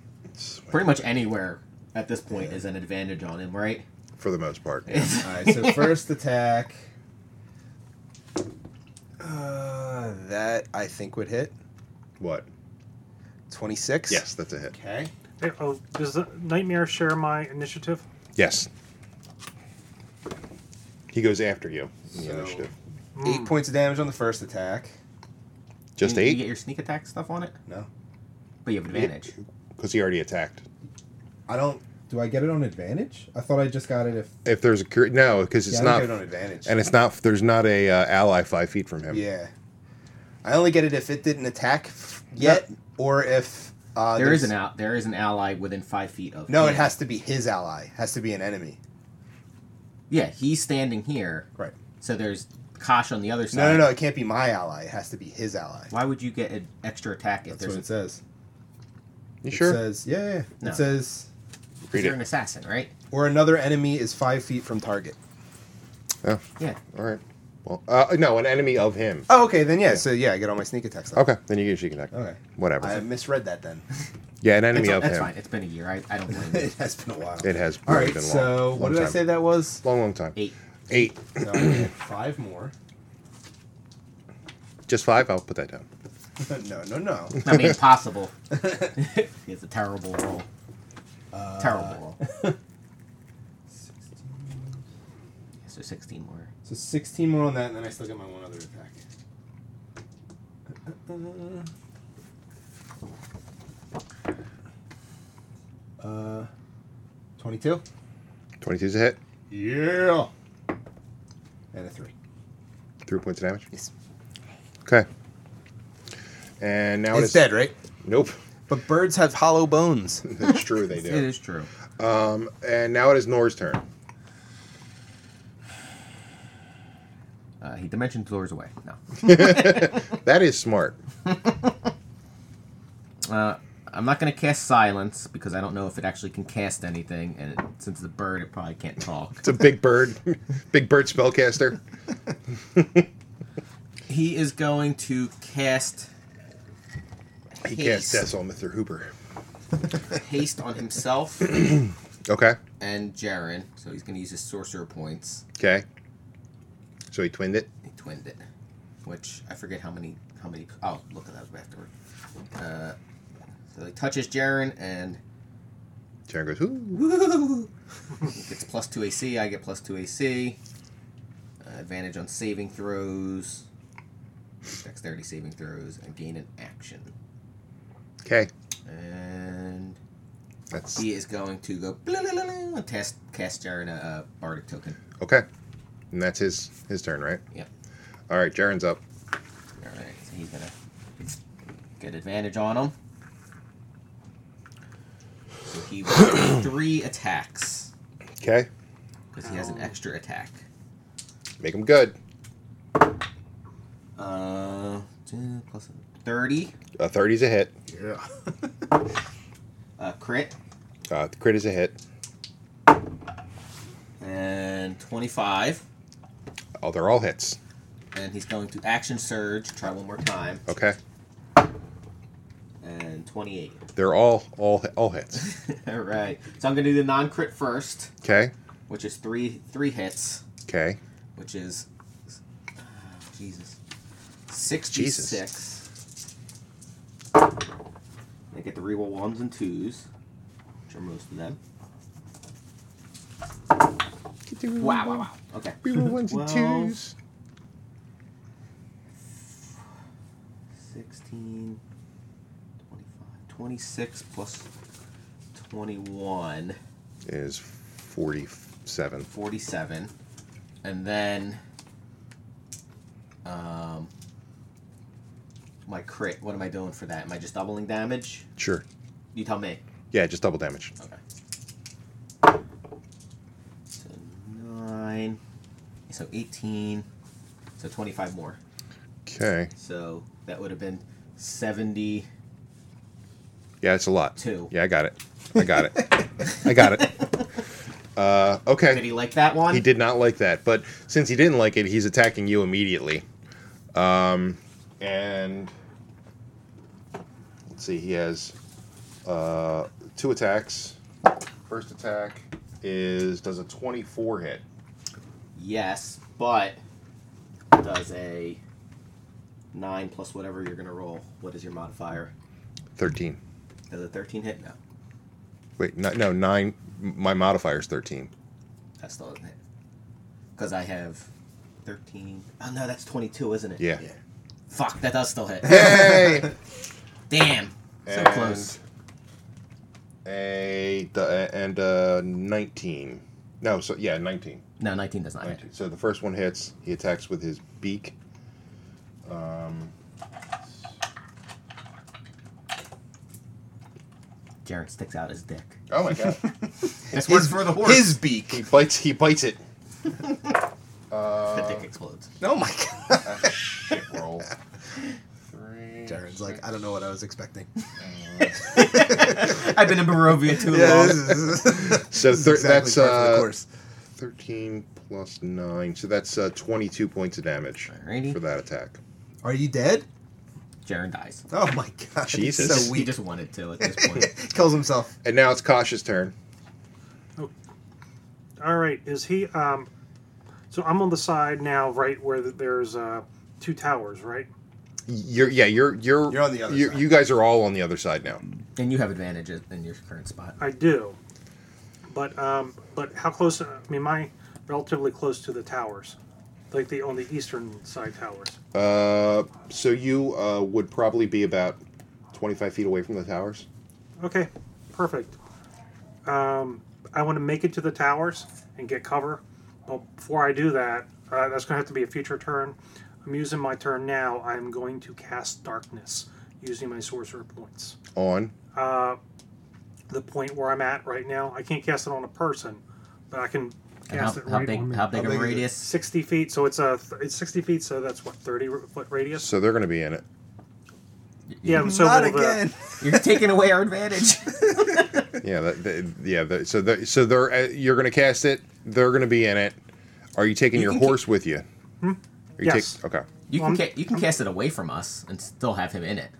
S1: Pretty much anywhere at this point is an advantage on him, right?
S2: for the most part.
S3: All right, so first attack.
S5: Uh, that I think would hit.
S2: What?
S5: 26?
S2: Yes, that's a hit.
S5: Okay.
S4: Hey, Oh, does the nightmare share my initiative?
S2: Yes. He goes after you. in the
S5: So-
S2: initiative.
S5: Eight
S2: Mm.
S5: points of damage on the first attack.
S2: Just
S1: you, You
S2: eight?
S1: get your sneak attack stuff on it,
S5: No.
S1: but you have advantage.
S2: Because he already attacked.
S5: I don't.
S3: Do I get it on advantage? I thought I just got it. If
S2: If there's a cur- no, because
S5: yeah,
S2: it's
S5: I
S2: not,
S5: don't get it on advantage.
S2: and it's not. There's not a uh, ally five feet from him.
S5: yeah. I only get it if it didn't attack f- yet, or if. Uh,
S1: there is an
S5: there's-
S1: out. There is an ally within five feet of.
S5: No,
S1: him.
S5: it has to be his ally. It has to be an enemy.
S1: Yeah, he's standing here.
S5: Right.
S1: So there's Kosh on the other side.
S5: No, no, no. It can't be my ally. It has to be his ally.
S1: Why would you get an extra attack if
S3: that's what it
S1: there's
S3: says.
S2: You
S3: It
S2: sure?
S3: says yeah. yeah, yeah.
S1: No.
S3: It says
S1: because
S2: Read
S1: you're an
S2: it.
S1: assassin, right?
S5: Or another enemy is five feet from target.
S2: Oh,
S1: Yeah.
S2: all right. Well, uh, no, an enemy of him.
S5: Oh, okay. Then yeah. So yeah, I get all my sneak attacks. Then.
S2: Okay, then you get a sneak attack.
S3: okay.
S2: Whatever.
S5: I misread that then.
S2: yeah, an enemy
S1: It's-
S2: of
S1: that's
S2: him.
S1: fine. It's been a year. I, I don't blame you.
S5: it has been a while.
S2: It has.
S3: All
S2: really
S3: right.
S2: been a long-
S3: So what
S2: long
S3: did I
S2: time.
S3: say that was?
S2: Long, long time.
S1: Eight.
S2: Eight.
S3: So I get five more.
S2: Just five. I'll put that down.
S5: no, no, no.
S1: I mean, possible. it's a terrible roll.
S5: Uh,
S1: terrible roll. so 16 more.
S3: So sixteen more on that, and then I still get my one other attack. Uh, twenty-two.
S2: Twenty-two's a hit.
S3: Yeah. And a three.
S2: Three points of damage.
S5: Yes.
S2: Okay. And now
S5: It's
S2: it's
S5: dead, right?
S2: Nope.
S5: But birds have hollow bones.
S2: It's true. They
S1: It
S2: do.
S1: is true.
S2: Um, and now it is Nor's turn.
S1: Uh, he dimension doors away. No.
S2: That is smart.
S1: Uh, I'm not going to cast silence because I don't know if it actually can cast anything. And it, since it's a bird, it probably can't talk.
S2: It's a big bird. big bird spellcaster.
S1: he is going to cast
S2: He
S1: Haste.
S2: cast Death on Mr. Hooper.
S1: haste on himself
S2: Okay.
S1: and Jaren. So he's going to use his sorcerer points.
S2: Okay. So he twinned it.
S1: He twinned it, which I forget how many how many. I'll look at that afterward. Uh, so he touches Jaren and
S2: Jaren goes, ooh.
S1: woo, gets plus two AC. I get plus two AC. Uh, advantage on saving throws, dexterity saving throws, and gain an action.
S2: Okay.
S1: And
S2: That's
S1: he is going to go blah, blah, blah, blah, and test, cast Jaren a, a bardic token.
S2: okay. And that's his his turn, right?
S1: Yep.
S2: All right, Jaren's up.
S1: All right, so he's gonna get advantage on him. So he will take three attacks
S2: Okay.
S1: because he has an extra attack.
S2: Make him good.
S1: Uh, two plus thirty.
S2: A 30's a hit.
S5: Yeah.
S1: Uh, crit
S2: Uh, the crit is a hit.
S1: and twenty-five,
S2: Oh, they're all hits.
S1: and he's going to action surge. Try one more time
S2: Okay.
S1: and twenty-eight.
S2: They're all all all hits.
S1: All right, so I'm gonna do the non-crit first,
S2: Okay.
S1: which is three three hits,
S2: Okay.
S1: which is ah, Jesus sixty-six.
S2: Jesus.
S1: I get the reroll ones and twos, which are most of them. Wow, wow, wow. Okay.
S2: We were ones and
S1: Twelve.
S2: twos.
S1: 16, 25, 26 plus 21,
S2: Is forty-seven.
S1: 47. And then um, my crit. What am I doing for that? Am I just doubling damage?
S2: Sure.
S1: You tell me.
S2: Yeah, just double damage.
S1: Okay. So 9. So 18. So 25 more.
S2: Okay.
S1: So that would have been 72.
S2: Yeah, it's a lot.
S1: Two.
S2: Yeah, I got it. I got it. I got it. Uh, okay.
S1: Did he like that one?
S2: He did not like that, but since he didn't like it, he's attacking you immediately. Um, and let's see, he has uh, two attacks. First attack is does a 24 hit.
S1: Yes, but does a nine plus whatever you're gonna roll? What is your modifier?
S2: 13.
S1: Does a thirteen hit? No,
S2: Wait, no, no nine. My modifier is 13.
S1: that still doesn't hit. Because I have thirteen. Oh no, that's twenty-two, isn't it?
S2: Yeah.
S1: Fuck, that does still hit.
S2: Hey!
S1: Damn, so
S2: And-
S1: close.
S2: a d- and uh 19 no so yeah 19,
S1: No, nineteen does not
S2: 19. so the first one hits he attacks with his beak um
S1: hit. Jared sticks out his dick.
S2: oh my god
S1: That's
S5: His-
S1: for the
S5: His
S2: he
S5: beak.
S2: bites he bites it
S1: The
S2: uh
S1: dick explodes.
S5: Oh my god.
S2: shit roll Three,
S3: Jared's
S2: six,
S3: like, I don't know what I was expecting.
S2: uh,
S1: I've been in Barovia too long.
S2: So thir- that's, uh,
S5: course.
S2: 13 plus 9 so that's uh 22 points of damage
S1: Alrighty.
S2: for that attack
S3: Are you dead?
S1: Jared dies.
S5: Oh my god.
S2: Jesus.
S5: So
S1: He
S5: weak.
S1: just wanted to at this point.
S5: Kills himself.
S2: and now it's Kasha's turn
S4: All right, is he? Um, so I'm on the side now, right where th- there's uh, two towers, right?
S2: you're yeah you're you're
S5: You're on the other
S2: you-
S5: side.
S2: you guys are all on the other side now
S1: and you have advantages in your current spot.
S4: I do, but um, but how close? I mean, my relatively close to the towers, like the on the eastern side towers.
S2: Uh, so you uh, would probably be about 25 feet away from the towers.
S4: Okay, perfect. Um, I want to make it to the towers and get cover. But before I do that, uh, that's going to have to be a future turn. I'm using my turn now. I'm going to cast darkness using my sorcerer points.
S2: On
S4: Uh, the point where I'm at right now, I can't cast it on a person, but I can
S1: And how,
S4: cast it
S1: how
S4: right
S1: big?
S4: on me.
S1: How big
S5: How
S1: of
S5: big
S1: a
S5: is it?
S1: radius?
S4: 60 feet, so it's a th- it's 60 feet, so that's what 30 r- foot radius.
S2: so they're going to be in it.
S4: Yeah, so uh,
S5: Not
S4: will the-
S5: again.
S1: You're taking away our advantage.
S2: Yeah, that, that- yeah. That, so they so they're uh, you're going to cast it. They're going to be in it. Are you taking your
S1: can
S2: horse with you? Are you
S4: Hmm? Yes.
S2: okay.
S1: You
S4: Um,
S1: can ca- you can cast it away from us and still have him in it,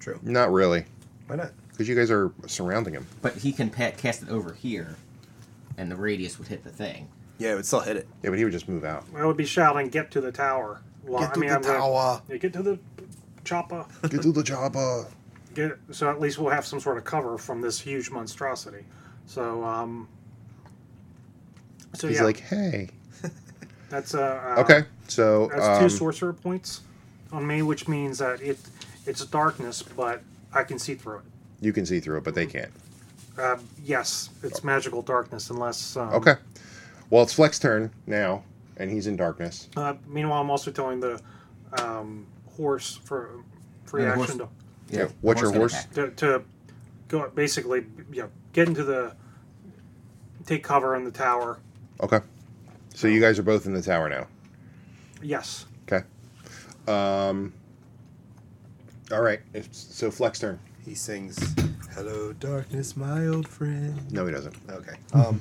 S5: True.
S2: Not really,
S5: Why not?
S2: because you guys are surrounding him.
S1: but he can pa- cast it over here, and the radius would hit the thing.
S5: Yeah, it would still hit it.
S2: Yeah, but he would just move out.
S4: I would be shouting, "Get to the tower!" Well,
S5: Get to the
S4: gonna-
S5: tower.
S4: yeah, get to the chopper.
S2: Get to the job. uh.
S4: Get, so at least we'll have some sort of cover from this huge monstrosity. So, um, so
S2: He's
S4: yeah,
S2: like, hey.
S4: that's uh, uh,
S2: Okay, so
S4: That's two
S2: um,
S4: sorcerer points on me, which means that it it's darkness, but I can see through it.
S2: you can see through it, but they can't.
S4: Uh, yes, it's magical darkness, unless um,
S2: Okay. Well, it's Flex turn now, and he's in darkness.
S4: Uh, meanwhile, I'm also telling the um, horse for free
S1: Yeah, the
S4: action
S1: horse-
S4: to,
S2: Yeah, what's your
S1: can
S2: horse?
S1: attack.
S4: to, to go basically, you know, get into the take cover in the tower.
S2: Okay. So you guys are both in the tower now.
S4: Yes.
S2: Okay. Um. All right. It's- So flex turn.
S5: He sings, "Hello, darkness, my old friend."
S2: No, he doesn't.
S5: Okay. Um,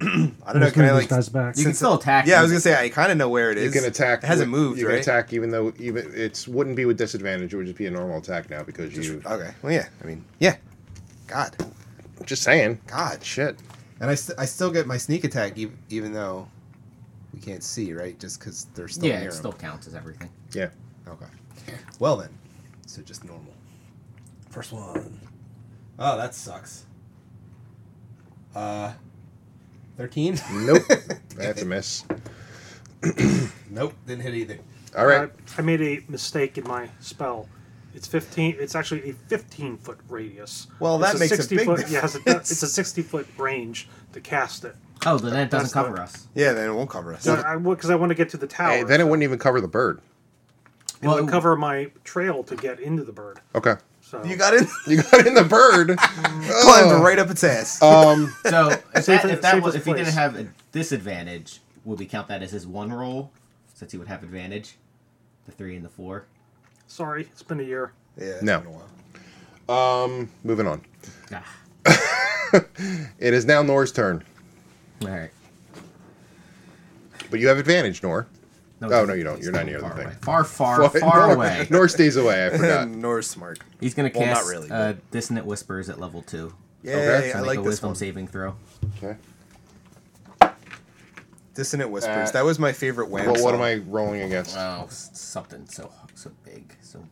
S5: I don't know. Can I like?
S4: back.
S1: You can
S5: Since-
S1: still attack.
S5: Yeah, I
S1: him.
S5: was gonna say I kind of know where it
S2: You
S5: is.
S2: can attack.
S5: It hasn't
S2: with-
S5: moved,
S2: You
S5: right?
S2: can attack even though even it's wouldn't be with disadvantage. It would just be a normal attack now because you.
S5: Okay. Well, yeah. I mean, yeah. God,
S2: Just saying.
S5: God.
S2: Shit.
S3: And I, st- I still get my sneak attack,
S5: e-,
S3: even, even though we can't see, right? Just because they're still
S1: yeah,
S3: near
S1: it
S3: him.
S1: still counts as everything.
S2: Yeah.
S3: Okay. Well then, so just normal.
S5: First one. Oh, that sucks. Uh, thirteen.
S2: Nope. That's a miss.
S5: nope. Didn't hit either.
S2: All right.
S4: I, I made a mistake in my spell. It's fifteen. It's actually a fifteen foot radius.
S5: Well,
S4: It's
S5: that makes a
S4: 60
S5: big
S4: foot, yeah, it's a,
S5: difference.
S4: it's a sixty foot range to cast it.
S1: Oh, then that doesn't
S4: That's
S1: cover
S4: the-
S1: us.
S5: Yeah, then it won't cover us.
S4: So I because I want to get to the tower.
S2: Hey, then it wouldn't even cover the bird.
S4: It
S1: Well,
S4: would cover my trail to get into the bird.
S2: Okay.
S4: So
S5: You got it.
S2: You got in the bird. Oh.
S5: Climbed right up its ass.
S2: Um.
S1: So if that,
S4: Safer-
S1: if, that was,
S4: safest
S1: if he didn't
S4: place.
S1: have a disadvantage, would we count that as his one roll since he would have advantage? The three and the four.
S4: sorry, it's been a year.
S5: yeah. it's
S2: No.
S5: been a while.
S2: Um. Moving on.
S1: Ah,
S2: It is now Nor's turn,
S1: all right.
S2: but you have advantage, Nor.
S1: it's
S2: Oh,
S1: not-
S2: no, you don't.
S1: he's
S2: You're not
S1: still
S2: near the
S1: far
S2: thing.
S1: away. Far, far,
S2: Far-
S1: far
S2: Nor-
S1: away.
S2: Nor stays away. I forgot.
S3: Nor smart.
S1: He's gonna
S3: Well, not
S1: cast
S3: really,
S1: uh, dissonant whispers at level two.
S3: Yay,
S2: Okay.
S3: I
S1: Make
S3: like
S1: a
S3: this
S1: wisdom
S3: one.
S1: saving throw.
S2: okay.
S3: Dissonant Whispers.
S2: Uh,
S3: that was my favorite Wham
S2: Well, what am
S3: song.
S2: I rolling against?
S1: Oh, s- something so so big. So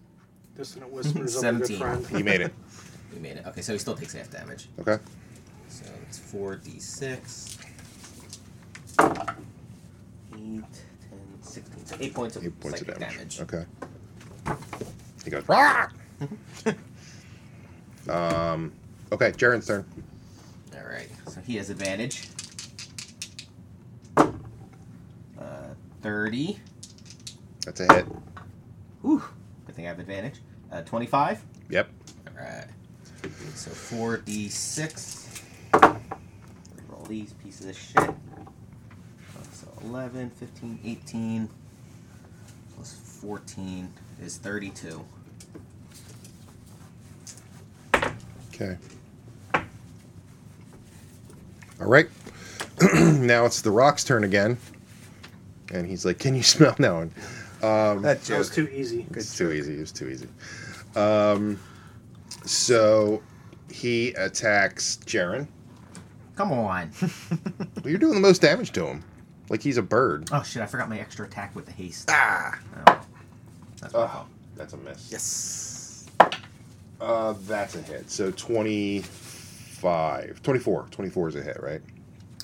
S4: Dissonant whispers of a good
S1: 17.
S4: friend.
S2: He made it.
S1: we made it. Okay, so he still takes half damage.
S2: Okay.
S1: So it's four d six. Eight, 10, 16, so eight points of
S2: Eight points of
S1: psychic
S2: damage.
S1: damage.
S2: Okay. He goes. Rah! um. Okay, Jaren's turn.
S1: All right, so he has advantage. Uh, Thirty.
S2: That's a hit.
S1: Whew. Good thing I have advantage. Uh, Twenty-five.
S2: Yep.
S1: All right. So four d six. Roll these pieces of shit. Uh, So 11, 15, 18, plus 14 is 32.
S2: Okay. All right. now it's the rock's turn again, and he's like, "Can you smell now?" And um,
S3: That
S4: That was
S3: joke.
S4: too easy.
S2: it's too easy. It's too easy. Um, so he attacks Jaren.
S1: Come on.
S2: Well, You're doing the most damage to him. Like he's a bird.
S1: oh shit, I forgot my extra attack with the haste.
S3: Ah,
S1: Oh. That's my
S2: Oh,
S1: fault.
S2: that's a miss.
S3: yes.
S2: Uh, that's a hit. So 25. 24. 24 is a hit, right?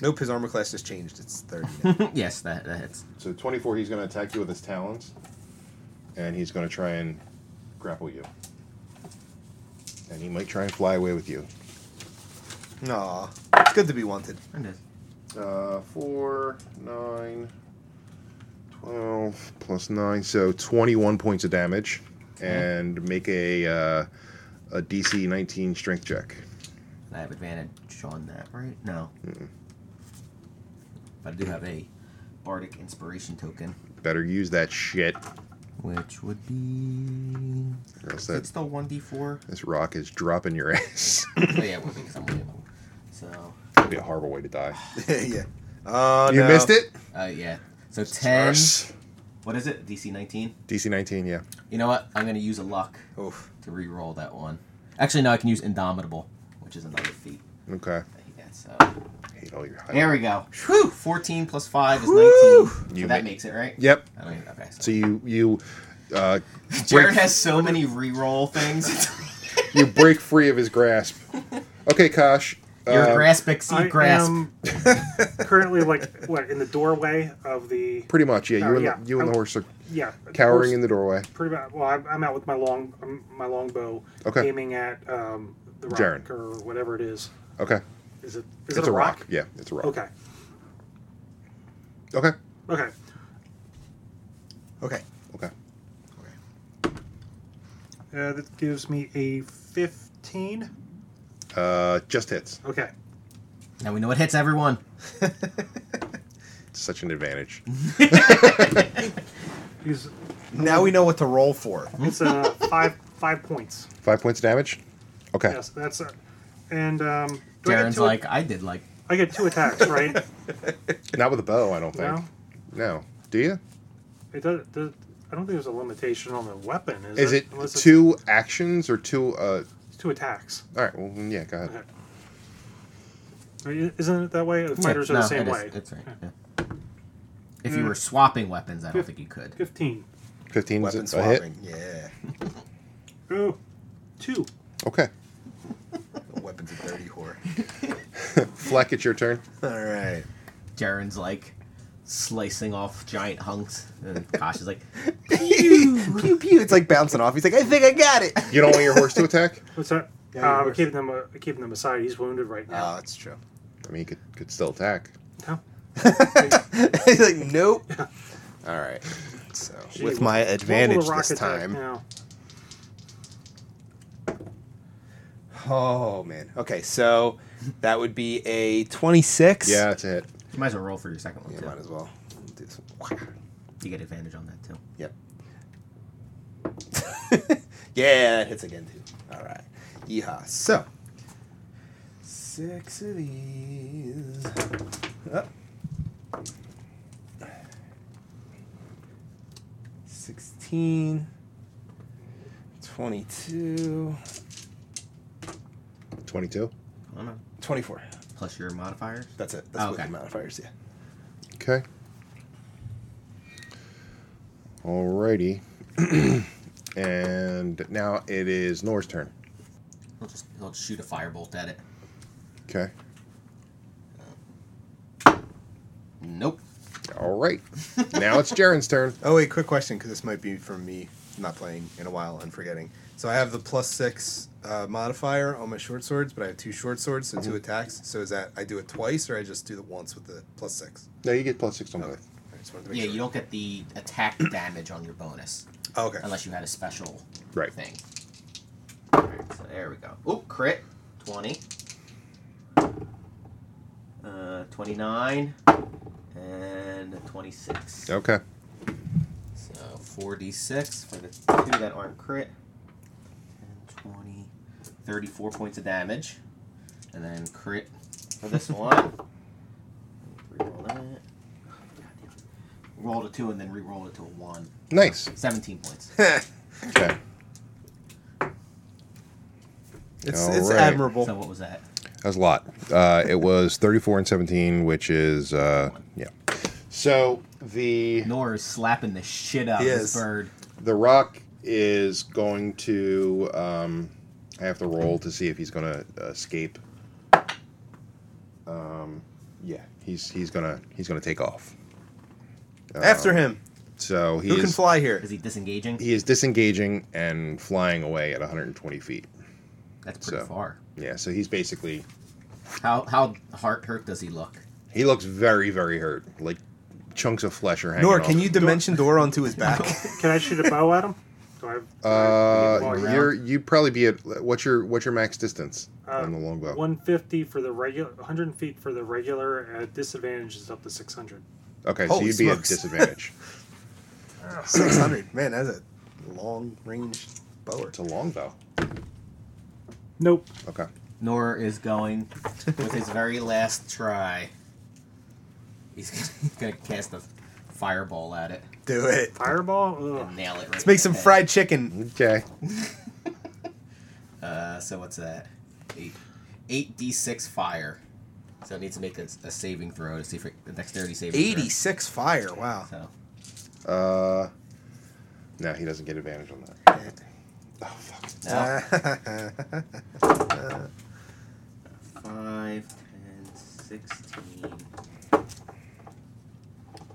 S3: Nope, his armor class has changed. It's 30 now.
S1: yes, that, that hits.
S2: So 24, he's going to attack you with his talons, and he's going to try and grapple you. And he might try and fly away with you.
S3: Aw. It's good to be wanted.
S1: It does.
S2: Uh, 4, 9, 12, plus 9, so 21 points of damage. And make a, uh, a DC 19 strength check.
S1: I have advantage on that, right? No. But I do have a bardic inspiration token,
S2: Better use that shit.
S1: which would be.
S2: Or else
S1: Is
S2: that
S1: it still 1d4?
S2: This rock is dropping your ass.
S1: oh, yeah, it would be because I'm leaving. So,
S2: That'd be a horrible way to die.
S3: yeah. Oh,
S2: you
S3: no.
S2: missed it?
S1: uh, yeah. So 10.
S2: Arse.
S1: What is it? DC 19?
S2: DC 19, yeah.
S1: You know what? I'm going to use a luck
S3: Oof.
S1: to re roll that one. Actually, no, I can use Indomitable, which is another feat
S2: Okay.
S1: that he gets. So.
S2: Hate all your
S1: There we go. Whew! 14 plus 5 is 19.
S3: Whew!
S2: You
S1: So that
S2: ma-
S1: makes it, right?
S2: Yep.
S1: I don't even, okay.
S2: So
S1: So,
S2: you you uh,
S1: Jared
S2: break,
S1: has so many re roll things.
S2: you break free of his grasp. Okay, Kosh.
S3: Uh,
S1: Your
S2: um,
S1: grasp exceed grasp.
S4: am currently like what in the doorway of the
S2: Pretty much, yeah. You
S4: Oh,
S2: and
S4: yeah.
S2: The, you and the
S4: I'm-
S2: horse are
S4: yeah
S2: cowering
S4: horse-
S2: in the doorway.
S4: pretty much. Well, I'm, I'm out with my long um, my longbow,
S2: Okay.
S4: aiming at um, the rock
S2: Jaren.
S4: or whatever it is.
S2: Okay,
S4: Is it
S2: it's
S4: is it a rock?
S2: Yeah, it's a rock.
S4: Okay,
S2: okay,
S4: okay.
S3: Okay.
S2: okay.
S4: Uh, that gives me a fifteen.
S2: Uh, just hits.
S4: Okay,
S1: Now we know it hits everyone.
S2: It's such an advantage.
S4: he's
S3: Now we know what to roll for.
S4: it's uh, five five points.
S2: Five points of damage. Okay.
S4: Yes, that's uh, and um, do I get
S1: Darren's
S4: two,
S1: like, I did like
S4: I get two attacks, right?
S2: Not with a bow, I don't think.
S4: no,
S2: No. Do you?
S4: it does, does. I don't think there's a limitation on the weapon. Is,
S2: Is it
S4: Unless it's
S2: two actions or two? Uh,
S4: two attacks?
S2: all right. Well, yeah. Go ahead.
S4: Okay. I mean, Isn't it that way? The fighters
S1: Yeah,
S4: are
S1: no,
S4: the same
S1: it is-
S4: way.
S1: That's right. yeah. If you
S4: Mm.
S1: were swapping weapons, I don't think you could.
S4: Fifteen.
S2: 15 is
S3: Weapon
S2: a hit.
S3: swapping. Yeah.
S4: Ooh, two.
S2: Okay.
S3: Weapons of dirty whore.
S2: Fleck, it's your turn.
S3: All right.
S1: Jaren's like slicing off giant hunks, and Kosh is like,
S3: pew, pew, pew. It's like bouncing off. He's like, I think I got it.
S2: You don't want your horse to attack?
S4: What's that?
S3: Yeah, your
S4: uh, we're
S3: horse.
S4: keeping them. Uh, keeping them aside. He's wounded right
S3: Oh,
S4: now.
S3: it's true.
S2: I mean, he could, could still attack.
S4: no.
S3: He's like, nope. All right. So
S4: Gee,
S3: with
S4: what-
S3: my
S4: what will the
S3: advantage
S4: rock
S3: this
S4: attack
S3: time.
S4: Now?
S3: Oh man. Okay, so that would be a twenty-six.
S2: Yeah, it's a hit.
S1: you might as well roll for your second one
S3: Yeah,
S1: too.
S3: might as well. Do this one.
S1: You get advantage on that too.
S3: Yep. yeah, that hits again too. All right. Yeehaw. So six of these. Oh.
S6: 19, 22,
S1: I
S2: 22.
S1: don't know.
S6: 24.
S1: Plus your modifiers.
S6: That's it. That's
S1: Oh,
S6: with
S1: okay.
S6: the modifiers, yeah.
S2: Okay. Alrighty. and now it is Nora's turn.
S1: He'll just he'll shoot a firebolt at it.
S2: Okay.
S1: Nope.
S2: All right. now it's Jaren's turn.
S3: Oh wait, quick question because this might be from me not playing in a while and forgetting. So I have the plus six uh, modifier on my short swords, but I have two short swords, so two attacks. So is that I do it twice, or I just do the once with the plus six?
S2: No, you get plus six on both.
S3: I just wanted to make
S1: Yeah,
S3: sure.
S1: you don't get the attack damage on your bonus
S3: Oh, okay.
S1: unless you had a special
S2: Right.
S1: thing. So there we go. Oop, crit. 20. Uh, 29. And 26.
S2: Okay.
S1: So 4d6 for the two that aren't crit. 10, 20, 34 points of damage. And then crit for this one. Reroll that. Rolled a 2 and then re-rolled it to a 1.
S2: Nice.
S1: 17 points.
S2: Okay.
S3: It's,
S2: All
S3: it's
S2: right.
S3: admirable.
S1: So what was that?
S2: That was a lot. Uh, it was 34 and 17, which is, uh, yeah. So the
S1: Nor is slapping the shit out of
S3: He
S1: this
S3: is.
S1: bird.
S2: the rock is going to. Um, I have to roll to see if he's going to escape. Um, yeah, he's he's gonna he's gonna take off. Um,
S3: After him,
S2: So he
S3: who can
S2: is
S3: fly here?
S1: Is he disengaging?
S2: he is disengaging and flying away at 120 feet.
S1: That's pretty
S2: so.
S1: far.
S2: Yeah, so he's basically
S1: How how heart hurt does he look?
S2: he looks very very hurt. Like chunks of flesh are hanging.
S3: Nor
S2: off
S3: can
S2: of
S3: you
S2: him.
S3: dimension door onto his back?
S4: Can I shoot a bow at him? Do I, do I- do I
S2: Uh,
S4: get long
S2: you're you probably be at what's your what's your max distance
S4: Uh,
S2: on the longbow?
S4: round? 150 for the regular, 100 feet for the regular. At disadvantage is up to 600.
S2: Okay, so
S3: Holy
S2: you'd be
S3: smokes.
S2: at disadvantage.
S3: Six hundred. Man, that's a long range bower.
S2: it's a longbow.
S4: Nope.
S2: Okay,
S1: Nor is going with his very last try. He's gonna, he's gonna cast a fireball at it
S3: Do it.
S4: Fireball. Ugh.
S1: and nail it. Right
S3: Let's make some
S1: in the head.
S3: fried chicken.
S2: okay,
S1: Uh, so what's that? Eight, eight d six fire. So it needs to make a, a saving throw to see if it, the dexterity saving. throw.
S3: Eighty-six fire. Wow.
S1: So
S2: uh, no, he doesn't get advantage on that. Oh fuck!
S1: no.
S3: Ah.
S1: Five, ten, sixteen.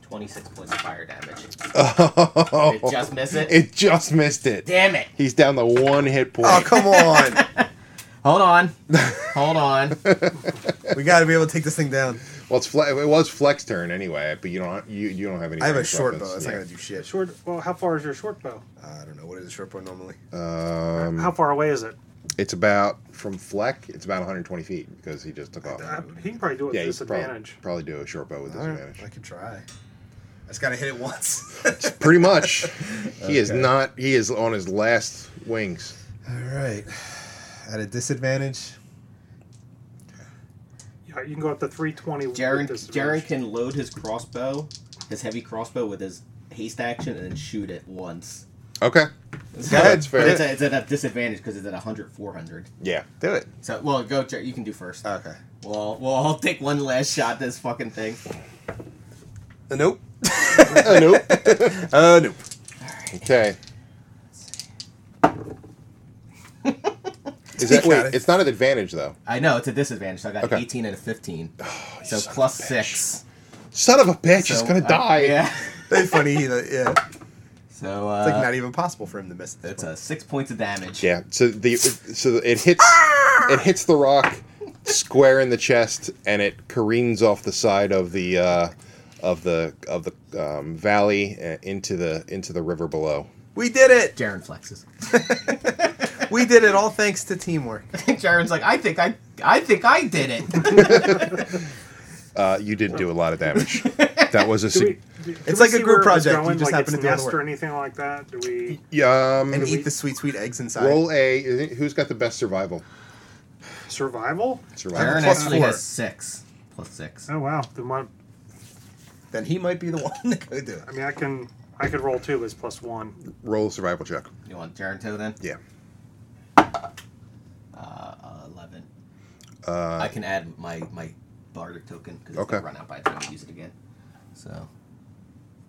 S1: 26 points of fire damage.
S2: Oh,
S1: Did it just miss it?
S2: it just missed it.
S1: Damn it!
S2: He's down to one hit point.
S3: Oh come on!
S1: Hold on. Hold on.
S3: we got to be able to take this thing down.
S2: Well, it's fle- it was Flex turn anyway, but you don't you, you don't have any.
S3: I have a
S2: ranged
S3: short
S2: weapons.
S3: bow. It's
S2: Yeah.
S3: not gonna do shit.
S4: Short. Well, how far is your short bow?
S3: I don't know what is a short bow normally.
S2: Um,
S4: How far away is it?
S2: it's about from Fleck. It's about 120 feet because he just took
S3: um,
S2: off.
S4: Uh, he can probably do it
S2: Yeah,
S4: with
S2: you could probably,
S4: disadvantage.
S2: probably do a short bow with disadvantage.
S3: I could try. I just gotta hit it once.
S2: Pretty much. He is not. He is on his last wings.
S3: All right. At a disadvantage.
S4: Yeah, you can go up to 320. with
S1: Jaren,
S4: disadvantage.
S1: Jaren can load his crossbow, his heavy crossbow, with his haste action and then shoot it once.
S2: Okay.
S1: So-
S2: ahead, it's fair.
S1: But it's, a, it's at a disadvantage because it's at 100, 400.
S2: Yeah. Do it.
S1: So, well, go, Jer- you can do first.
S2: Uh,
S3: Okay.
S1: well, well, I'll take one last shot at this fucking thing.
S3: Uh, nope.
S2: Oh, nope.
S3: Uh, nope.
S2: Okay. Is
S3: He
S2: that
S3: got
S2: wait?
S3: it.
S2: It's not an advantage though.
S1: I know, it's a disadvantage, so I got
S2: Okay.
S1: 18 and a 15.
S2: you
S1: so
S2: son
S1: plus
S2: of a bitch.
S1: 6.
S2: Son of a bitch!
S1: So,
S2: he's gonna
S1: uh,
S2: die.
S1: Yeah.
S3: That's funny. he- yeah.
S1: So, uh,
S3: It's like not even possible for him to miss this.
S1: that's
S3: one.
S1: uh, 6 points of damage.
S2: Yeah. So the so it hits it hits the rock square in the chest, and it careens off the side of the uh, of the of the um, valley uh, into the into the river below.
S3: We did it.
S1: Jaren flexes.
S3: We did it. All thanks to teamwork.
S1: Jaren's like, I think I, I think I did it.
S2: Uh, you did do a lot of damage. that was a
S4: Do we,
S2: sig-
S4: do, do
S3: It's
S4: we
S3: like a
S4: see
S3: group
S4: where
S3: project,
S4: It's
S3: you
S4: going?
S3: just
S4: like
S3: happen
S4: its
S3: to do all the
S4: nest
S3: work.
S4: or anything like that. Do we?
S2: Yeah, um,
S3: And eat the sweet, sweet eggs inside.
S2: roll a. is it- Who's got the best survival?
S4: Survival?
S2: Survival.
S1: Jaren
S3: Plus
S1: actually
S3: four.
S1: has 6. Plus 6.
S4: Oh wow. Then my,
S3: Then he might be the one to go do it.
S4: I mean, I can I could roll two as plus one.
S2: Roll a survival check.
S1: You want Geronto then?
S2: Yeah.
S1: Uh, Eleven. I
S2: Uh,
S1: can add my my bardic token because it's
S2: Okay.
S1: gonna run out by the time I use it again. So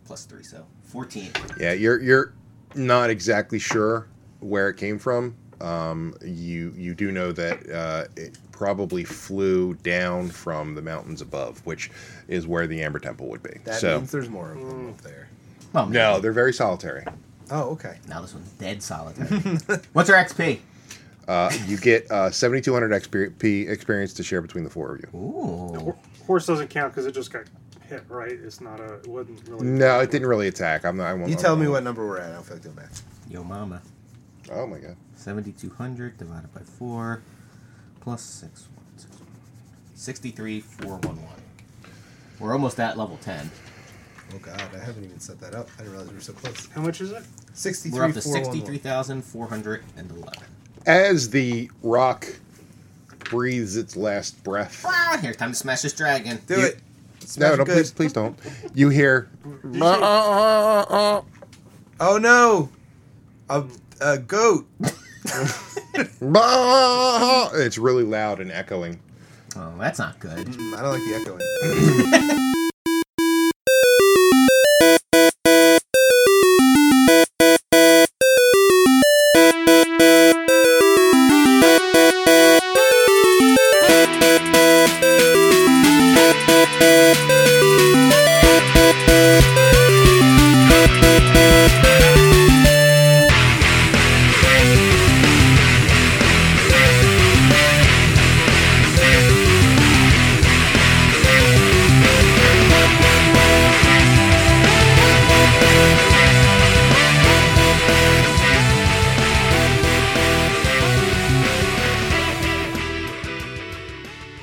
S1: plus three, so fourteen.
S2: yeah, you're you're not exactly sure where it came from. Um, you you do know that uh, it probably flew down from the mountains above, which is where the Amber Temple would be.
S5: That
S2: so Mm.
S5: means there's more of them up there.
S1: Oh,
S2: no, they're very solitary.
S5: Oh, okay.
S1: Now this one's dead solitary. What's our XP?
S2: Uh, you get uh, 7,200 XP experience to share between the four of you.
S1: Ooh.
S4: Horse doesn't count because it just got hit, right? It's not a. It wouldn't really.
S2: No, it didn't really attack. I'm not. I won't,
S5: You tell
S2: I'm-
S5: me what number we're at. I don't feel like doing math.
S1: Yo mama.
S2: Oh my god.
S1: Seventy two hundred divided by four plus six one six one. Sixty three four one one. We're almost at level ten.
S5: Oh God, I haven't even set that up. I didn't realize we were so close.
S4: How much is it?
S5: Sixty-three.
S1: We're up to
S5: 411.
S1: sixty-three thousand four hundred and eleven.
S2: As the rock breathes its last breath.
S1: Ah, here's time to smash this dragon.
S5: Do
S2: You-
S5: it.
S2: No,
S5: Smash
S2: no,
S5: it good.
S2: please, please don't. You hear. uh,
S5: Oh no, a, a goat.
S2: It's really loud and echoing.
S1: Oh, that's not good.
S5: Mm, I don't like the echoing.